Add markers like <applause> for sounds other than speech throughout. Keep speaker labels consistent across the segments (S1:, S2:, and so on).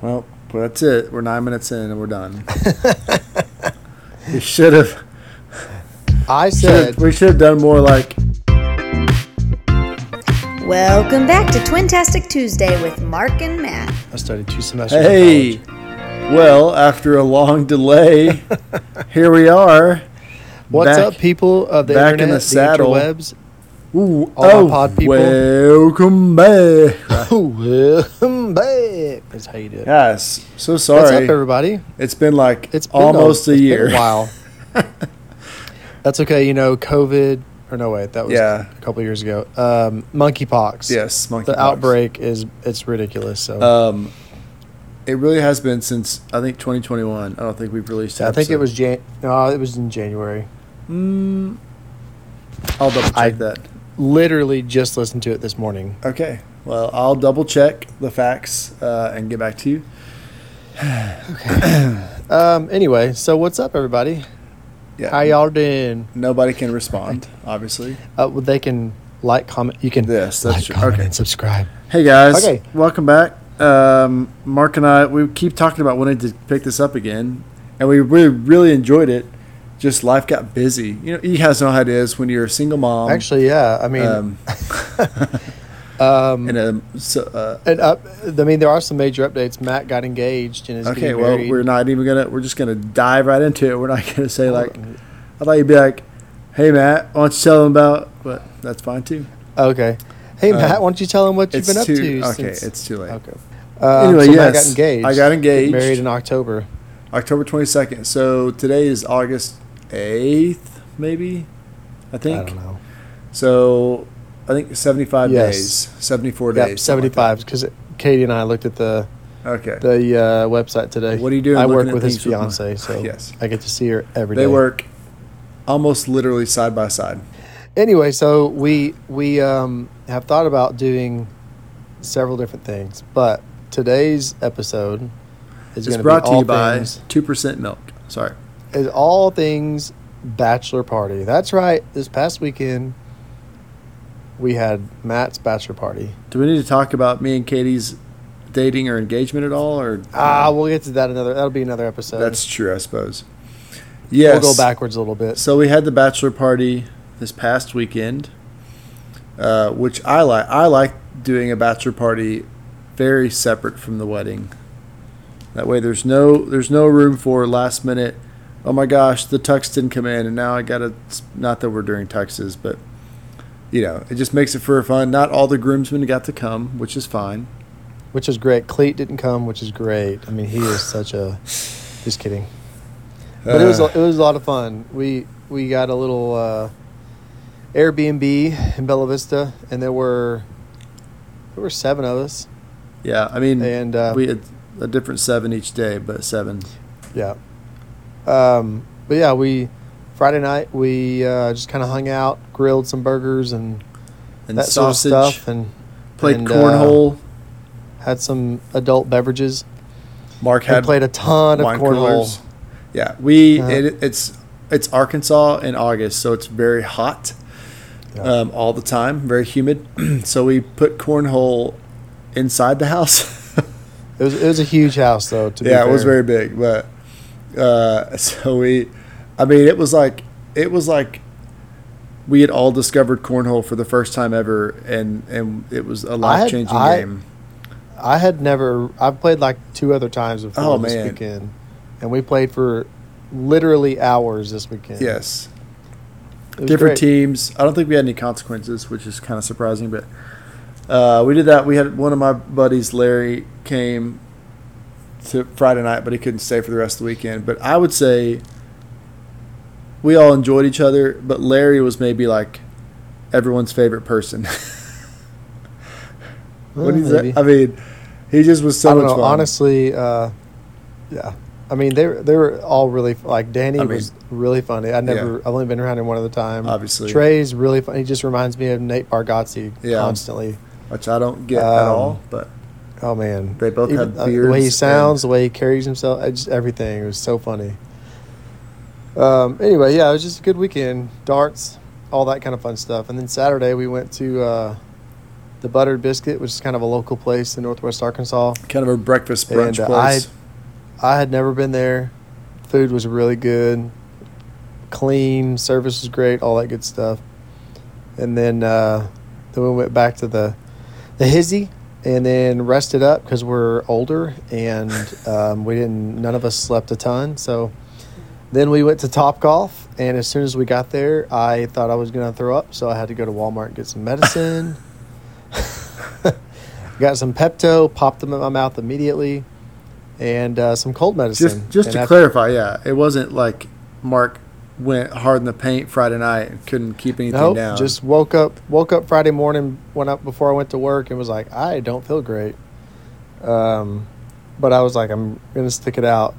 S1: Well, well, that's it. We're nine minutes in and we're done. we should have.
S2: I
S1: Should
S2: said
S1: have we should have done more like.
S3: Welcome back to Twintastic Tuesday with Mark and Matt.
S2: I studied two semesters. in
S1: Hey,
S2: college.
S1: well, after a long delay, here we are.
S2: what's
S1: back-
S2: up, people of the
S1: back in
S2: internet,
S1: the
S2: the,
S1: saddle. <laughs>
S2: interwebs?
S1: Ooh, oh,
S2: all my pod people.
S1: Welcome back.
S2: Welcome back. That's how you do it.
S1: Guys, so
S2: What's up,
S1: sorry.
S2: every- everybody?
S1: it's been like
S2: It's been
S1: almost a,
S2: it's been
S1: year. <laughs>
S2: while. That's okay. You know, COVID. Or no, wait, that was
S1: Yeah.
S2: a couple years ago. Um, monkeypox.
S1: Yes, monkey
S2: the outbreak is it's ridiculous. So
S1: Um, it really has been since I think 2021. I don't think we've released. an
S2: I think it
S1: episode.
S2: was Jan. No, it was in January.
S1: Mm, I'll double check
S2: I-
S1: that.
S2: Literally just listened to it this morning.
S1: Okay. Well, I'll double check the facts uh, and get back to you.
S2: Um, anyway, so what's up, everybody?
S1: Yeah.
S2: How y'all doing?
S1: Nobody can respond, obviously.
S2: Uh, well, they can like, comment. You can
S1: Yes, that's
S2: like,
S1: true.
S2: comment,
S1: Okay.
S2: and subscribe.
S1: Hey guys.
S2: Okay.
S1: Welcome back. Um, Mark and I we keep talking about wanting to pick this up again, and we we really enjoyed it. Just life got busy. You know, you guys know how it is when you're a single mom.
S2: Actually, yeah. I mean,
S1: Um,
S2: <laughs>
S1: <laughs>
S2: um,
S1: and a so, uh,
S2: and up, I mean, there are some major updates. Matt got engaged and is
S1: Okay,
S2: getting
S1: well,
S2: married.
S1: we're not even gonna. We're just gonna dive right into it. We're not <laughs> gonna
S2: Oh.
S1: say like, I thought you'd be like, "Hey, Matt, why don't you tell them about?" But that's fine too.
S2: okay. Hey,
S1: Um,
S2: Matt, why don't you tell him what you've
S1: It's
S2: been up
S1: too,
S2: to?
S1: okay.
S2: since-
S1: It's too late.
S2: okay. Um,
S1: Anyway,
S2: so
S1: yes,
S2: Matt got engaged.
S1: I got engaged.
S2: Getting Married in October.
S1: October twenty second. So today is August eighth, maybe. I
S2: I
S1: think
S2: don't know.
S1: so. I think seventy five
S2: Yes.
S1: days, seventy four
S2: Yep,
S1: days,
S2: seventy
S1: something
S2: five. Because Katie and I looked at the
S1: Like that. okay,
S2: the uh, website today.
S1: What are you doing
S2: I
S1: looking
S2: work
S1: at
S2: with his
S1: things with my-
S2: fiance, so
S1: <laughs> Yes.
S2: I get to see her every day.
S1: they work almost literally side by side.
S2: anyway so we we um, have thought about doing several different things but today's episode is
S1: It's
S2: going to be
S1: brought to
S2: all
S1: you by
S2: things,
S1: two percent milk. Sorry.
S2: is all things bachelor party that's right this past weekend we had matt's bachelor party
S1: Do we need to talk about me and Katie's dating or engagement at all? Or
S2: ah we'll get to that another that'll be another episode
S1: that's true, I suppose. Yes.
S2: we'll go backwards a little bit
S1: So we had the bachelor party this past weekend, uh, which I like. I like doing a bachelor party very separate from the wedding. That way, there's no there's no room for last minute. Oh my gosh, the tux didn't come in, and now I gotta. Not that we're doing tuxes, but you know, it just makes it for fun. Not all the groomsmen got to come, which is fine.
S2: which is great cleet didn't come which is great i mean he is such a just kidding but it was
S1: Uh,
S2: it was a lot of fun. We we got a little uh, Airbnb in Bella Vista, and there were there were seven of us.
S1: Yeah, I mean,
S2: And, uh,
S1: Mm. we had a different seven each day, but seven.
S2: Yeah. Um, but yeah, we Friday night we uh, just kind of hung out, grilled some burgers and,
S1: And
S2: that
S1: sausage,
S2: sort of stuff, and
S1: played
S2: and, uh,
S1: cornhole.
S2: had some adult beverages.
S1: Mark
S2: and
S1: had
S2: played a ton of
S1: wine
S2: cornhole.
S1: coolers. Yeah, we
S2: Uh-huh.
S1: it, it's it's Arkansas in August, so it's very hot
S2: Yeah.
S1: um, all the time, very humid. <clears throat> so we put cornhole inside the house. <laughs>
S2: It was it was a huge house though. To be
S1: yeah, it was
S2: fair.
S1: very big, but uh, <laughs> so we, I mean, it was like it was like we had all discovered cornhole for the first time ever, and and it was a life changing
S2: I-
S1: game.
S2: I had never. I've played like two other times before
S1: Oh,
S2: this
S1: man.
S2: weekend, and we played for literally hours this weekend.
S1: Yes,
S2: It was
S1: different
S2: great.
S1: teams. I don't think we had any consequences, which is kind of surprising. But uh, we did that. We had one of my buddies, Larry, came to Friday night, but he couldn't stay for the rest of the weekend. But I would say we all enjoyed each other, but Larry was maybe like everyone's favorite person. <laughs>
S2: Well,
S1: what do you say?
S2: maybe.
S1: I mean, he just was so
S2: I don't
S1: much
S2: know.
S1: fun.
S2: Honestly, uh, yeah. I mean, they were- they were all really like Danny
S1: I mean-
S2: was really funny. I never. I've only been around him one other time.
S1: Obviously.
S2: Trey's really funny. He just reminds me of Nate Bargatze
S1: Yeah.
S2: constantly.
S1: which I don't get at
S2: Um,
S1: all. But
S2: Oh man,
S1: They both have
S2: uh, the way he
S1: beards
S2: sounds, the way he carries himself, I just everything. It was so funny. Um, anyway, yeah, it was just a good weekend. Darts, all that kind of fun stuff. And then Saturday we went to uh, the Buttered Biscuit, which is kind of a local place in Northwest Arkansas.
S1: Kind of a breakfast brunch
S2: And, uh,
S1: place.
S2: I had never been there. Food was really good, clean, service was great, all that good stuff. And then uh, then we went back to the the hizzy and then rested up because we're older
S1: <laughs>
S2: and um, we didn't. None of us slept a ton, so then we went to Top Golf. And as soon as we got there, I thought I was gonna throw up, so I had to go to Walmart and get
S1: <laughs>
S2: some medicine. Got some Pepto, popped them in my mouth immediately, and uh, some cold medicine.
S1: just just
S2: And
S1: to
S2: after-
S1: clarify, yeah, it wasn't like Mark went hard in the paint Friday night and couldn't keep anything
S2: Nope.
S1: down.
S2: Just woke up woke up Friday morning, went up before I went to work and was like, I don't feel great. Um, but I was like, I'm gonna stick it out,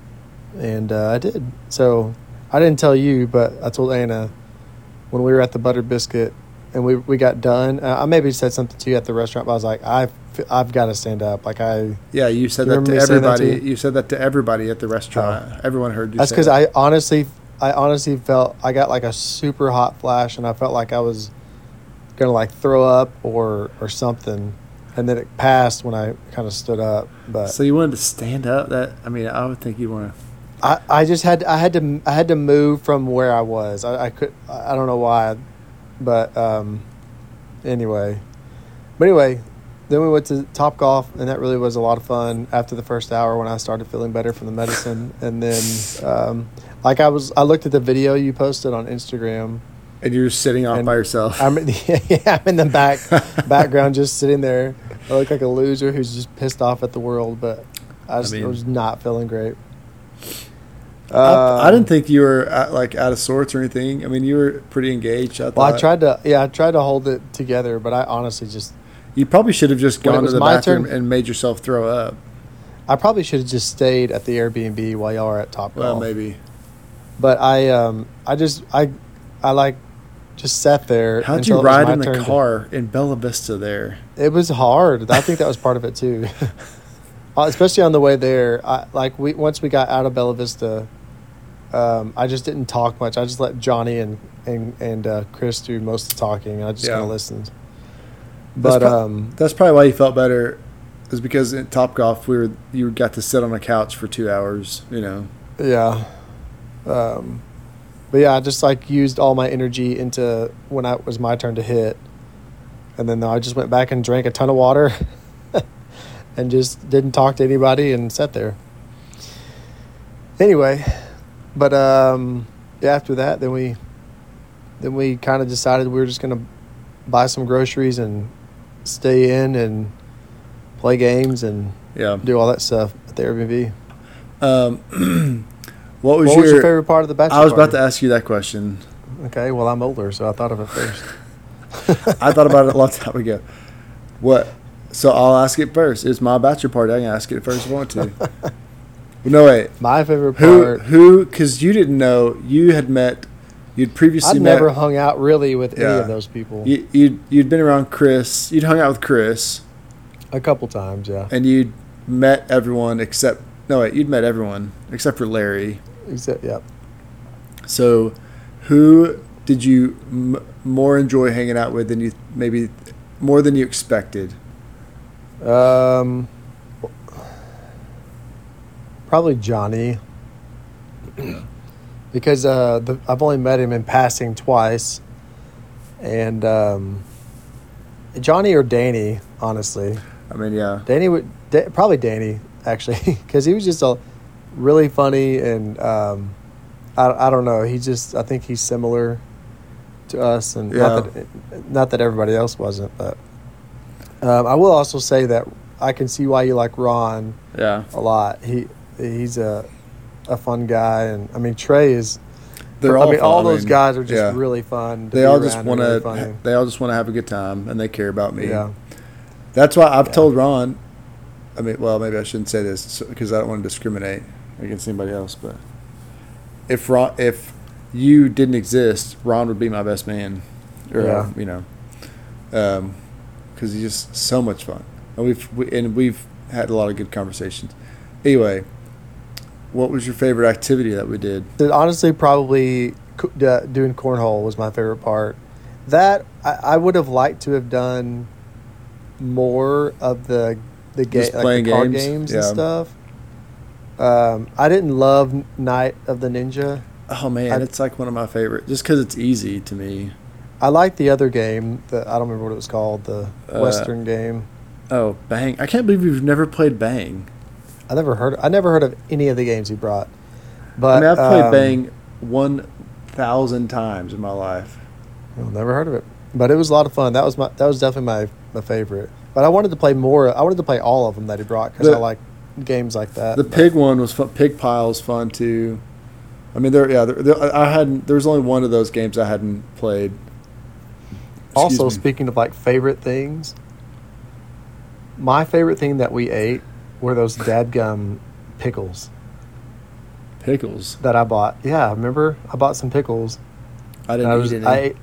S2: and uh, I did. So I didn't tell you, but I told Anna when we were at the Butter Biscuit and we we got done. Uh, I maybe said something to you at the restaurant, but I was like, I've I've got to stand up. Like I
S1: yeah, you said
S2: You
S1: that to
S2: remember me saying that
S1: everybody.
S2: to
S1: you? said that to everybody at the restaurant. Everyone heard you.
S2: That's
S1: say
S2: because
S1: that.
S2: I honestly, I honestly felt I got like a super hot flash, and I felt like I was gonna like throw up or or something, and then it passed when I kind of stood up. But
S1: So you wanted to stand up? That I mean, I would think you want to.
S2: I, I just had I had to I had to move from where I was. I, I could I I don't know why, but um, anyway, but anyway, then we went to Top Golf, and that really was a lot of fun. After the first hour, when I started feeling better from the medicine, and then um, like I was I looked at the video you posted on Instagram.
S1: And you're just sitting off
S2: And
S1: by yourself.
S2: I'm in the, <laughs> yeah, I'm in the back background just sitting there. I look like a loser who's just pissed off at the world, but I just I
S1: mean-
S2: was not feeling great.
S1: <laughs> I, I
S2: Um,
S1: didn't think you were uh like out of sorts or anything. I mean, you were pretty engaged. I thought.
S2: Well, I tried to, yeah, I tried to hold it together, but I honestly just,
S1: You probably should have just
S2: When it
S1: gone to
S2: was
S1: the
S2: my
S1: bathroom
S2: turn-
S1: and made yourself throw up.
S2: I probably should have just stayed at the Airbnb while y'all are at Top
S1: Well,
S2: Golf.
S1: maybe.
S2: But I, um, I just, I, I like, just sat there.
S1: How'd
S2: until
S1: you
S2: it was
S1: ride
S2: my
S1: in the
S2: turn to-
S1: car in Bella Vista there?
S2: It was hard. I think that was part of it too. <laughs> Uh, Especially on the way there, I, like we once we got out of Bella Vista, um, I just didn't talk much. I just let Johnny and and and uh, Chris do most of the talking. and I just
S1: Yeah.
S2: kind of listened.
S1: That's
S2: But
S1: pro-
S2: um,
S1: That's probably why you felt better, is because at Top Golf we were you got to sit on a couch for two hours. You know,
S2: Yeah. Um, but yeah, I just like used all my energy into when I it was my turn to hit. And then I just went back and drank a ton of water <laughs> and just didn't talk to anybody and sat there. Anyway, but um, yeah, after that, then we then we kind of decided we were just going to buy some groceries and stay in and play games and
S1: yeah.
S2: do all that stuff at the Airbnb.
S1: Um, what was
S2: What
S1: your?
S2: was your favorite part of the bachelor
S1: I was about
S2: party?
S1: to ask you that question.
S2: Okay, well, I'm older, so I thought of it first.
S1: <laughs> I thought about it a long time ago. What? So I'll ask it first. It's my bachelor party. I can ask it first if I want to. <laughs> no wait.
S2: My favorite
S1: Who?
S2: part.
S1: Who? Because you didn't know you had met. You'd previously
S2: I've
S1: met.
S2: never hung out really with any
S1: Yeah.
S2: of those people.
S1: you, you'd you'd been around Chris. You'd hung out with Chris,
S2: A couple times, yeah.
S1: and you'd met everyone except. No wait. You'd met everyone except for Larry.
S2: Except, yeah.
S1: So, who did you m- more enjoy hanging out with than you maybe more than you expected?
S2: Um, probably Johnny. because uh, the, I've only met him in passing twice. And um, Johnny or Danny, honestly.
S1: I mean, yeah.
S2: Danny would da- probably Danny actually <laughs> because he was just a really funny and um, I, I don't know he just I think he's similar to us and not that not that everybody else wasn't but um, I will also say that I can see why you like Ron
S1: Yeah.
S2: a lot he he's a a fun guy and I mean Trey is
S1: They're
S2: I
S1: all
S2: mean all
S1: fun.
S2: those guys are just
S1: Yeah.
S2: really fun to
S1: They
S2: be
S1: all just
S2: around and
S1: want
S2: really
S1: to.
S2: funny.
S1: they all just want to have a good time, and they care about me.
S2: yeah
S1: That's why I've
S2: Yeah.
S1: told Ron. I mean, well, maybe I shouldn't say this because I don't want to discriminate against anybody else. But if Ron, if you didn't exist, Ron would be my best man. Or,
S2: Yeah.
S1: you know, because he's just so much fun, and we've we, and we've had a lot of good conversations. Anyway, what was your favorite activity that we did?
S2: Dude, honestly, probably co- uh, doing cornhole was my favorite part. That I, I would have liked to have done more of the the game,
S1: Just
S2: like
S1: playing
S2: the card
S1: games,
S2: games
S1: yeah.
S2: and stuff. Um, I didn't love Night of the Ninja.
S1: Oh man,
S2: I-
S1: it's like one of my favorite, just because it's easy to me.
S2: I liked the other game. that I don't remember what it was called. The
S1: Uh,
S2: Western game.
S1: Oh, Bang! I can't believe you've never played Bang.
S2: I never heard. I never heard of any of the games you brought. But
S1: I mean, I've played
S2: um,
S1: Bang one thousand times in my life.
S2: Well, never heard of it, but it was a lot of fun. That was my that was definitely my my favorite. But I wanted to play more. I wanted to play all of them that he brought because I
S1: The-
S2: like games like that.
S1: The pig one was fun. Pig pile's fun too. I mean, there. Yeah, there, there, I I hadn't. There was only one of those games I hadn't played.
S2: also,
S1: Excuse me.
S2: speaking of like favorite things, my favorite thing that we ate were those dadgum pickles
S1: pickles.
S2: that I bought. Yeah, remember I bought some pickles.
S1: I didn't
S2: I
S1: eat
S2: was
S1: any.
S2: I ate,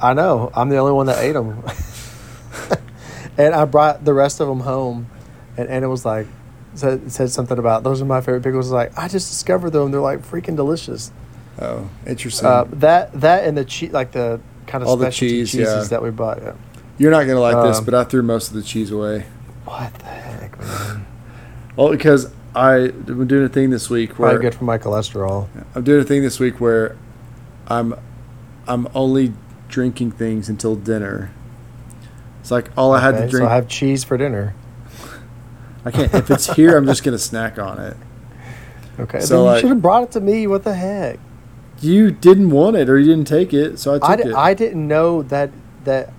S2: I know I'm the only one that ate them, <laughs> and I brought the rest of them home, and Anna was like, said, said something about those are my favorite pickles. I was like I just discovered them. They're like freaking delicious.
S1: oh, interesting.
S2: Uh, that that and the cheese like the kind of
S1: All the
S2: specialty
S1: cheese,
S2: cheeses
S1: yeah.
S2: that we bought. Yeah.
S1: You're not gonna like this,
S2: um,
S1: but I threw most of the cheese away.
S2: What the heck, man?
S1: Well, because I, I'm doing a thing this week where
S2: Probably good for my cholesterol.
S1: I'm doing a thing this week where I'm I'm only drinking things until dinner. It's like all I had
S2: okay,
S1: to drink.
S2: So I have cheese for dinner.
S1: I can't. If it's here, I'm just gonna snack on it.
S2: Okay,
S1: So,
S2: then you
S1: like-
S2: should have brought it to me. What the heck?
S1: You didn't want it, or you didn't take it, so I took
S2: I, di-
S1: it.
S2: I didn't know that that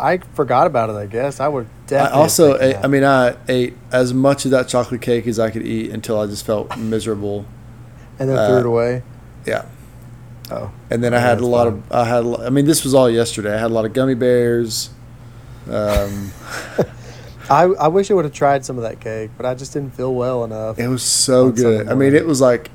S2: I forgot about it. I guess I would
S1: I
S2: definitely. have
S1: also,
S2: taken
S1: ate,
S2: that.
S1: I mean, I ate as much of that chocolate cake as I could eat until I just felt miserable.
S2: and then
S1: uh,
S2: threw it away.
S1: Yeah,
S2: Oh,
S1: and then I
S2: Yeah,
S1: had a
S2: that's
S1: lot
S2: fine.
S1: of. I had. a lo- I mean, this was all yesterday. I had a lot of gummy bears. Um,
S2: I I wish I would have tried some of that cake, but I just didn't feel well enough.
S1: It was so
S2: on Sunday
S1: good. I mean,
S2: morning.
S1: it was like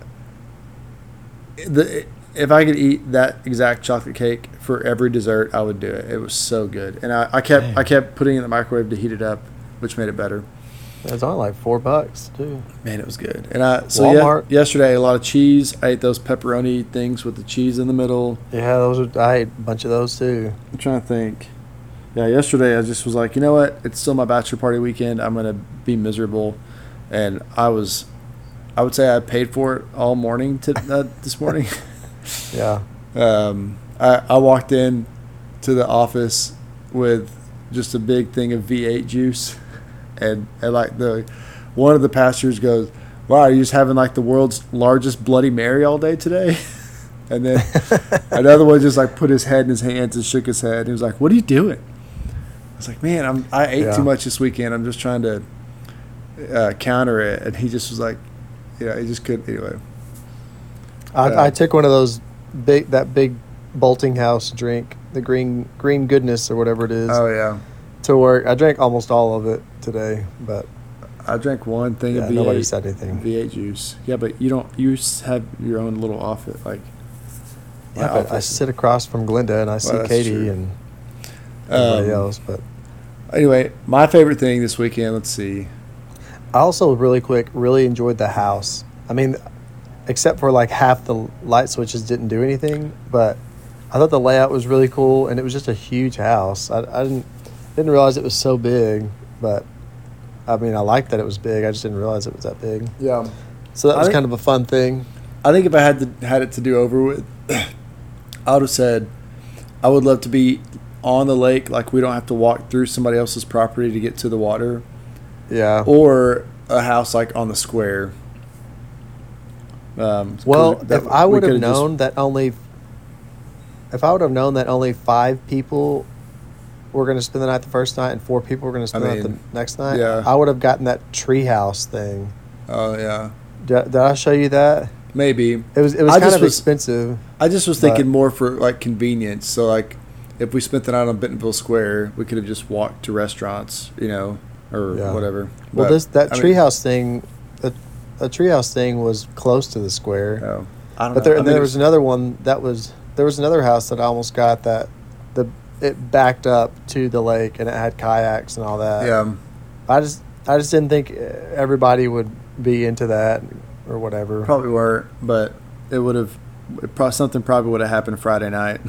S1: the if I could eat that exact chocolate cake for every dessert, I would do it. It was so good, and I, I kept I kept putting it in the microwave to heat it up, which made it better.
S2: It was only like four bucks too.
S1: Man, it was good. And I so ye-
S2: Walmart.
S1: yesterday I ate a lot of cheese. I ate those pepperoni things with the cheese in the middle.
S2: Yeah, those are, I ate a bunch of those too.
S1: I'm trying to think. Yeah, yesterday I just was like, you know what? It's still my bachelor party weekend. I'm gonna be miserable, and I was. I would say I paid for it all morning to, uh, this morning.
S2: Yeah,
S1: um, I, I walked in to the office with just a big thing of V8 juice, and, and like the one of the pastors goes, "Wow, are you just having like the world's largest Bloody Mary all day today?" <laughs> And then another one just like put his head in his hands and shook his head. He was like, "What are you doing?" I was like, "Man, I'm, I ate
S2: Yeah.
S1: too much this weekend. I'm just trying to uh, counter it." And he just was like, "Yeah, he just couldn't." Anyway,
S2: <laughs> I,
S1: Yeah.
S2: I took one of those big that big bolting house drink, the green green goodness or whatever it is,
S1: oh yeah.
S2: to work. I drank almost all of it today, but
S1: I drank one thing
S2: yeah,
S1: of V8.
S2: nobody said anything.
S1: V8 juice. Yeah, but you don't. You s- have your own little office. Like,
S2: Yeah, but I sit across from Glenda and I see
S1: that's
S2: Katie
S1: true.
S2: and everybody
S1: Um,
S2: else. But
S1: Anyway, my favorite thing this weekend. Let's see.
S2: I also really quick really enjoyed the house. I mean, except for like half the light switches didn't do anything, but I thought the layout was really cool and it was just a huge house. I, I didn't didn't realize it was so big, but I mean, I liked that it was big. I just didn't realize it was that big.
S1: Yeah,
S2: So that
S1: I
S2: was
S1: think-
S2: kind of a fun thing.
S1: I think if I had to, had it to do over with, <clears throat> I would have said, I would love to be on the lake. Like we don't have to walk through somebody else's property to get to the water,
S2: Yeah.
S1: or a house like on the square. Um,
S2: Well,
S1: could- that-
S2: if I
S1: we
S2: would have
S1: could've just-
S2: known that only, if I would have known that only five people were going to spend the night the first night and four people were going to spend the night
S1: mean,
S2: the next night,
S1: yeah.
S2: I would have gotten that treehouse thing.
S1: oh yeah,
S2: Did, did I show you that?
S1: maybe
S2: It was it was
S1: I
S2: kind
S1: just
S2: of
S1: was-
S2: expensive.
S1: I just was
S2: But-
S1: thinking more for like convenience. So like, if we spent the night on Bentonville Square, we could have just walked to restaurants, you know, or
S2: Yeah.
S1: whatever.
S2: Well,
S1: But,
S2: this that
S1: I mean,
S2: treehouse thing, the, the treehouse thing was close to the square.
S1: oh, I don't know.
S2: But there,
S1: I
S2: and
S1: mean,
S2: there was another one that was there was another house that I almost got that the it backed up to the lake and it had kayaks and all that.
S1: yeah.
S2: I just I just didn't think everybody would be into that or whatever.
S1: Probably weren't, but it would have. It <laughs> pro- something probably would have happened Friday night.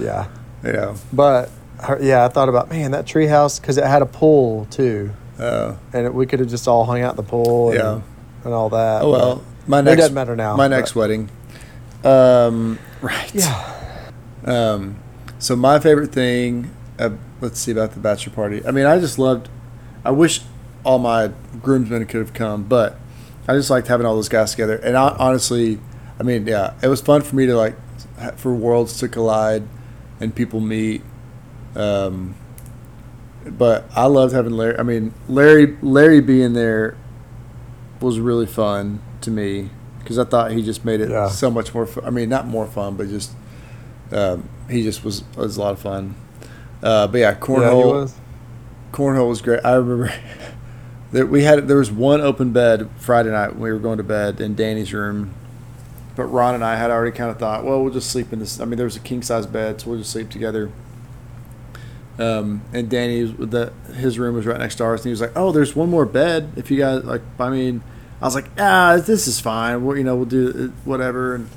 S2: Yeah,
S1: yeah.
S2: but her- yeah, I thought about man that treehouse because it had a pool too,
S1: Oh,
S2: and it, we could have just all hung out in the pool. And,
S1: Yeah.
S2: And all that.
S1: oh well. My
S2: It
S1: next
S2: doesn't matter now,
S1: My next
S2: but-
S1: wedding. Um, <laughs> right.
S2: but- Yeah.
S1: Um, so my favorite thing, uh, let's see about the bachelor party. I mean, I just loved. I wish all my groomsmen could have come, but I just liked having all those guys together. And I, honestly, I mean, yeah, it was fun for me to like ha- for worlds to collide and people meet. Um, but I loved having Larry. I mean, Larry Larry being there was really fun to me because I thought he just made it
S2: Yeah.
S1: so much more. Fun. I mean, not more fun, but just um, he just was was a lot of fun. Uh, but yeah, cornhole
S2: Yeah, he was.
S1: cornhole was great. I remember <laughs> that we had there was one open bed Friday night when we were going to bed in Danny's room, but Ron and I had already kind of thought, well, we'll just sleep in this. I mean, there was a king size bed, so we'll just sleep together. Um, and Danny, was with the his room was right next to ours, and he was like, "Oh, there's one more bed. If you guys like, I mean." I was like, ah, this is fine. We're, you know, we'll do it, whatever. And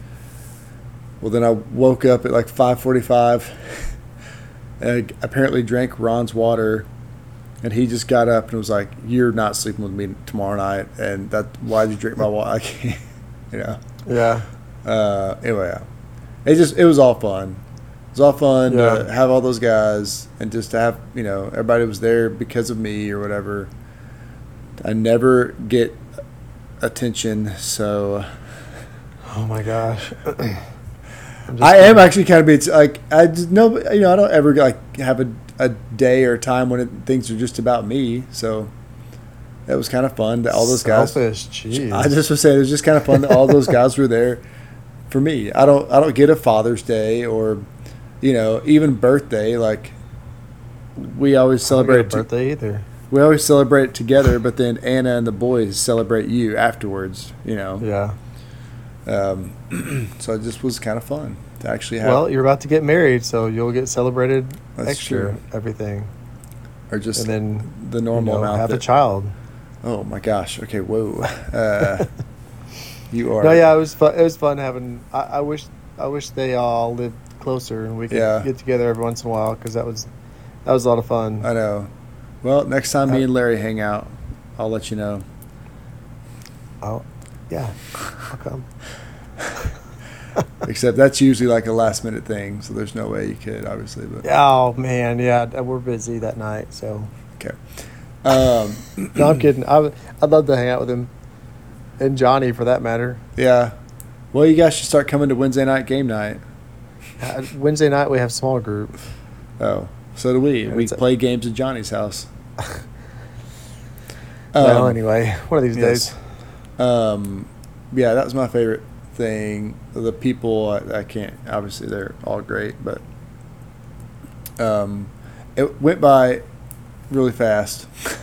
S1: well, then I woke up at like 5:45, <laughs> and I apparently drank Ron's water, and he just got up and was like, "You're not sleeping with me tomorrow night." And that why'd you drink my water? <laughs> I can't, you know.
S2: Yeah.
S1: Uh, anyway, yeah. it just it was all fun. It was all fun to
S2: Yeah.
S1: have all those guys and just to have you know everybody was there because of me or whatever. I never get attention, so
S2: Oh
S1: <clears throat>
S2: my gosh. I'm just
S1: I am
S2: kidding.
S1: actually kind of it's like I just no you know I don't ever like have a, a day or time when it, things are just about me. So that was kind of fun that all those guys.
S2: Selfish. Jeez.
S1: I just was saying it was just kind of fun that all those guys were there for me. I don't I don't get a Father's Day or you know even birthday like we always
S2: I don't get
S1: celebrate
S2: a
S1: to-
S2: birthday either.
S1: we always celebrate together, but then Anna and the boys celebrate you afterwards. You know,
S2: Yeah.
S1: um, <clears throat> so it just was kind of fun to actually have.
S2: Well, you're about to get married, so you'll get celebrated
S1: That's
S2: extra
S1: true.
S2: everything,
S1: or just
S2: and then
S1: the
S2: you
S1: normal
S2: know,
S1: amount.
S2: have a
S1: That,
S2: child.
S1: oh my gosh! Okay, whoa.
S2: <laughs>
S1: Uh, you are.
S2: No, yeah, it was fun. It was fun having. I, I wish, I wish they all lived closer and we could
S1: Yeah.
S2: get together every once in a while because that was, that was a lot of fun.
S1: I know. Well, next time me
S2: Uh,
S1: and Larry hang out, I'll let you know.
S2: I'll, Oh, yeah, I'll come. <laughs>
S1: Except that's usually like a last minute thing, so there's no way you could, obviously. But
S2: Oh man, yeah, d- we're busy that night, so
S1: okay. Um,
S2: no, I'm kidding. I, would- I'd love to hang out with him, and Johnny for that matter.
S1: yeah. Well, you guys should start coming to Wednesday night game night.
S2: Uh, Wednesday night we have small group. <laughs>
S1: Oh, so do we. We
S2: It's a-
S1: play games at Johnny's house.
S2: well,
S1: Um,
S2: anyway, one of these
S1: yes.
S2: days.
S1: Um, yeah, that was my favorite thing. The people I, I can't obviously they're all great, but um, it went by really fast <laughs>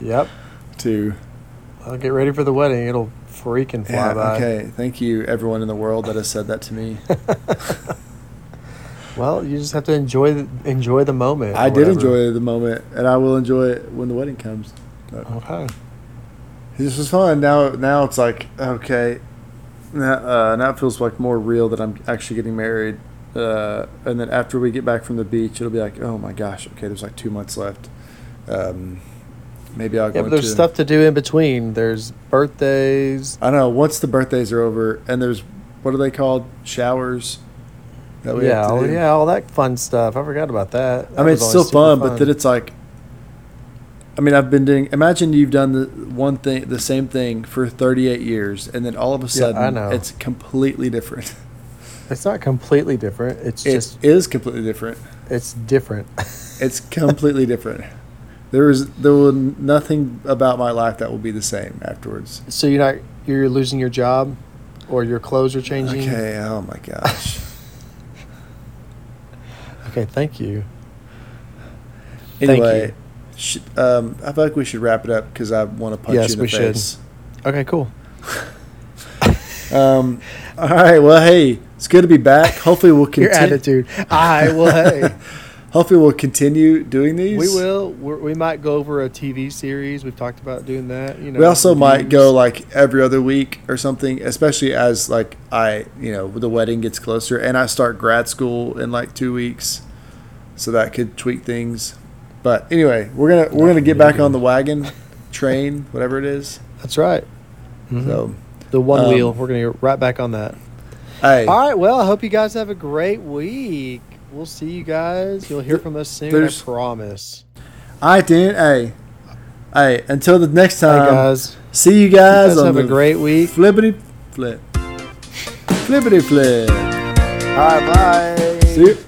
S2: Yep.
S1: too.
S2: Well, get ready for the wedding. It'll freaking fly
S1: Yeah,
S2: by.
S1: okay, thank you everyone in the world that has said that to me.
S2: <laughs> Well, you just have to enjoy the, enjoy the moment.
S1: I
S2: or
S1: did
S2: whatever.
S1: enjoy the moment, and I will enjoy it when the wedding comes.
S2: Okay.
S1: This was fun. Now, now it's like okay, now, uh, now it feels like more real that I'm actually getting married. Uh, and then after we get back from the beach, it'll be like, oh my gosh, okay, there's like two months left. Um, maybe I'll go.
S2: Yeah, but there's
S1: into-
S2: stuff to do in between. There's birthdays.
S1: I know. Once the birthdays are over, and there's what are they called? Showers. That we
S2: yeah,
S1: have to
S2: all,
S1: do.
S2: yeah, all that fun stuff. I forgot about that.
S1: I
S2: That
S1: mean,
S2: was
S1: it's still
S2: always super
S1: fun, but then it's like, I mean, I've been doing. Imagine you've done the one thing, the same thing for 38 years, and then all of a
S2: Yeah, I
S1: sudden,
S2: know.
S1: it's completely different.
S2: <laughs> it's not completely different.
S1: <laughs>
S2: It's
S1: It
S2: just
S1: is completely different.
S2: it's different.
S1: <laughs> It's completely different. There is there will nothing about my life that will be the same afterwards.
S2: <laughs> so you're not you're losing your job, or your clothes are changing.
S1: Okay. Oh my gosh.
S2: <laughs> Okay, Thank you. <laughs> Thank
S1: Anyway, sh- um, I feel like we should wrap it up because I want to punch
S2: Yes,
S1: you in the
S2: we should.
S1: face.
S2: Okay. Cool.
S1: Um, <laughs> all right. Well, hey, it's good to be back. Hopefully, we'll continue.
S2: <laughs> Your attitude. I will.
S1: <laughs>
S2: Hey.
S1: Hopefully, we'll continue doing these.
S2: We will. We're, we might go over a TV series. We've talked about doing that. You know.
S1: we also might
S2: reviews.
S1: go like every other week or something, especially as like I, you know, the wedding gets closer and I start grad school in like two weeks. so that could tweak things. But anyway, we're gonna we're gonna get back on the wagon, train, whatever it
S2: <laughs>
S1: is.
S2: That's right.
S1: So,
S2: The one
S1: Um,
S2: wheel. We're going to get right back on that.
S1: hey,
S2: All right. Well, I hope you guys have a great week. We'll see you guys. You'll hear from us soon.
S1: There's-
S2: I promise.
S1: I didn't. Hey, hey. Until the next
S2: All right,
S1: time,
S2: guys.
S1: see you
S2: You
S1: guys.
S2: guys
S1: um, on
S2: have a
S1: the
S2: great week.
S1: flippity flip, flippity flip.
S2: All right. Bye.
S1: See you.